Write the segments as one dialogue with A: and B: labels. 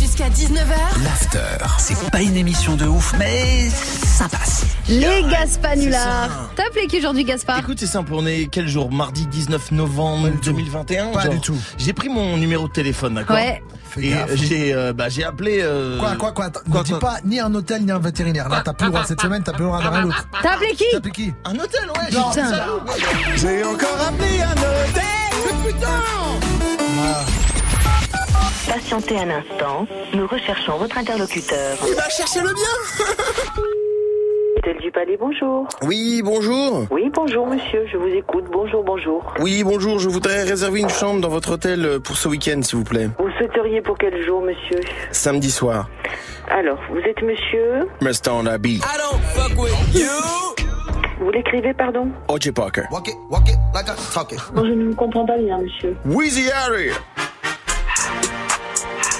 A: jusqu'à 19h.
B: L'after, c'est pas une émission de ouf, mais ça passe.
C: Les Gaspanulars.
D: c'est
C: Top les qui aujourd'hui, Gaspard
D: Écoute, c'est simple, on est quel jour Mardi 19 novembre 2021
B: Pas
D: genre.
B: du tout.
D: J'ai pris mon numéro de téléphone, d'accord
C: Ouais.
B: Fais
D: Et
B: gaffe.
D: j'ai euh, bah, j'ai appelé... euh,
B: Quoi, quoi, quoi, attends,
D: quoi,
B: Ne dis
D: quoi
B: pas ni un hôtel ni un vétérinaire. Là, t'as plus le droit cette semaine, t'as plus le droit de rien l'autre.
C: T'as appelé qui
B: T'as plus qui
D: Un hôtel, ouais
B: Non,
D: j'étais
C: putain.
D: jaloux. J'ai encore appelé un hôtel Putain
E: Patientez un instant, nous recherchons votre interlocuteur.
D: Il va chercher le bien
E: Hôtel du Palais, bonjour.
D: Oui, bonjour
E: Oui, bonjour monsieur, je vous écoute. Bonjour, bonjour.
D: Oui, bonjour, je voudrais réserver une chambre dans votre hôtel euh, pour ce week-end, s'il vous plaît.
E: Vous souhaiteriez pour quel jour monsieur
D: Samedi soir.
E: Alors, vous êtes monsieur
D: Mustang Abbey.
E: Vous l'écrivez, pardon
D: O.J. Parker.
F: Walk it, walk it like I talk it.
E: Non, je ne vous comprends pas bien monsieur.
D: Wheezy Harry.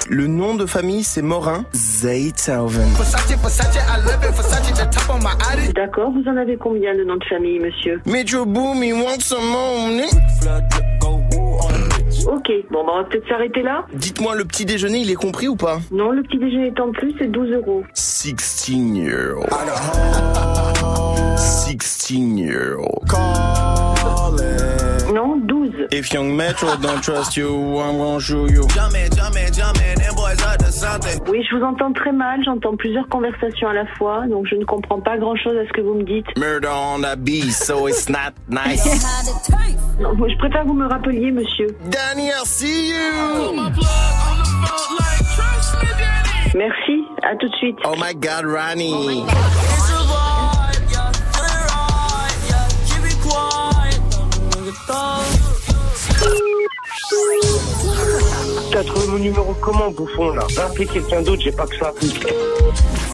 D: Le nom de famille, c'est Morin Zaytoven.
F: Versace, Versace, I love it. Versace, the top on my Audi.
E: D'accord, vous en avez combien de noms de famille monsieur
D: Metro Boom, he wants some money.
E: Ok, bon, bah, on va peut-être s'arrêter là.
D: Dites-moi, le petit déjeuner, il est compris ou pas
E: Non, le petit déjeuner est en plus, c'est 12 euros.
D: 16 year old. 16 year old.
E: Non, 12.
D: If young Metro don't trust you, I'm gonna show you.
E: Oui, je vous entends très mal, j'entends plusieurs conversations à la fois, donc je ne comprends pas grand-chose à ce que vous me dites.
D: Murder on the beat, so it's not nice.
E: Non, moi, je préfère que vous me rappeliez monsieur.
D: Danny, I see you.
E: Merci, à tout de suite.
D: Oh my God, Ronnie.
G: T'as trouvé mon numéro comment, bouffon, là Va appeler quelqu'un d'autre, j'ai pas que ça.